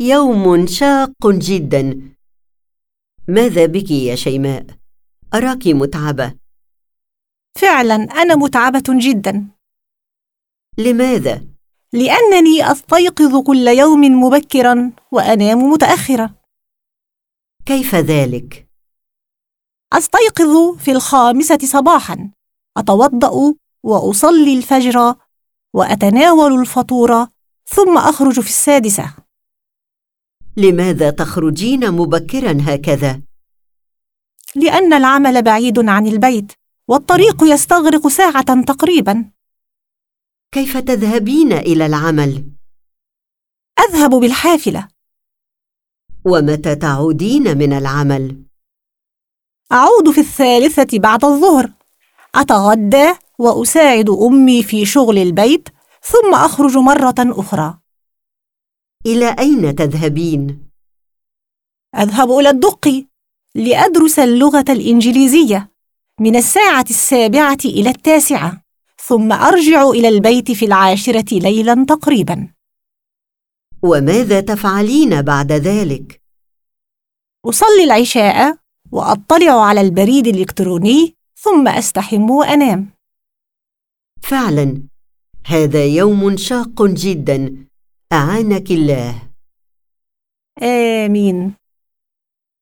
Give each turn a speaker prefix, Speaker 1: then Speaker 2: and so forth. Speaker 1: يوم شاق جدا ماذا بك يا شيماء اراك متعبه
Speaker 2: فعلا أنا متعبة جدا
Speaker 1: لماذا
Speaker 2: لأنني أستيقظ كل يوم مبكرا وأنام متأخرة
Speaker 1: كيف ذلك
Speaker 2: أستيقظ في الخامسة صباحا أتوضأ وأصلي الفجر وأتناول الفطور ثم أخرج في السادسة
Speaker 1: لماذا تخرجين مبكرا هكذا
Speaker 2: لأن العمل بعيد عن البيت والطريق يستغرق ساعة تقريبا
Speaker 1: كيف تذهبين الى العمل
Speaker 2: أذهب بالحافلة
Speaker 1: ومتى تعودين من العمل
Speaker 2: أعود في الثالثة بعد الظهر أتغدى وأساعد أمي في شغل البيت ثم أخرج مرة أخرى
Speaker 1: الى اين تذهبين
Speaker 2: أذهب إلى الدق لأدرس اللغة الإنجليزية من الساعة السابعة إلى التاسعة ثم أرجع إلى البيت في العاشرة ليلا تقريبا
Speaker 1: وماذا تفعلين بعد ذلك
Speaker 2: أصلي العشاء وأطلع على البريد الإلكتروني ثم أستحم وأنام
Speaker 1: فعلا هذا يوم شاق جدا اعانك الله
Speaker 2: آمين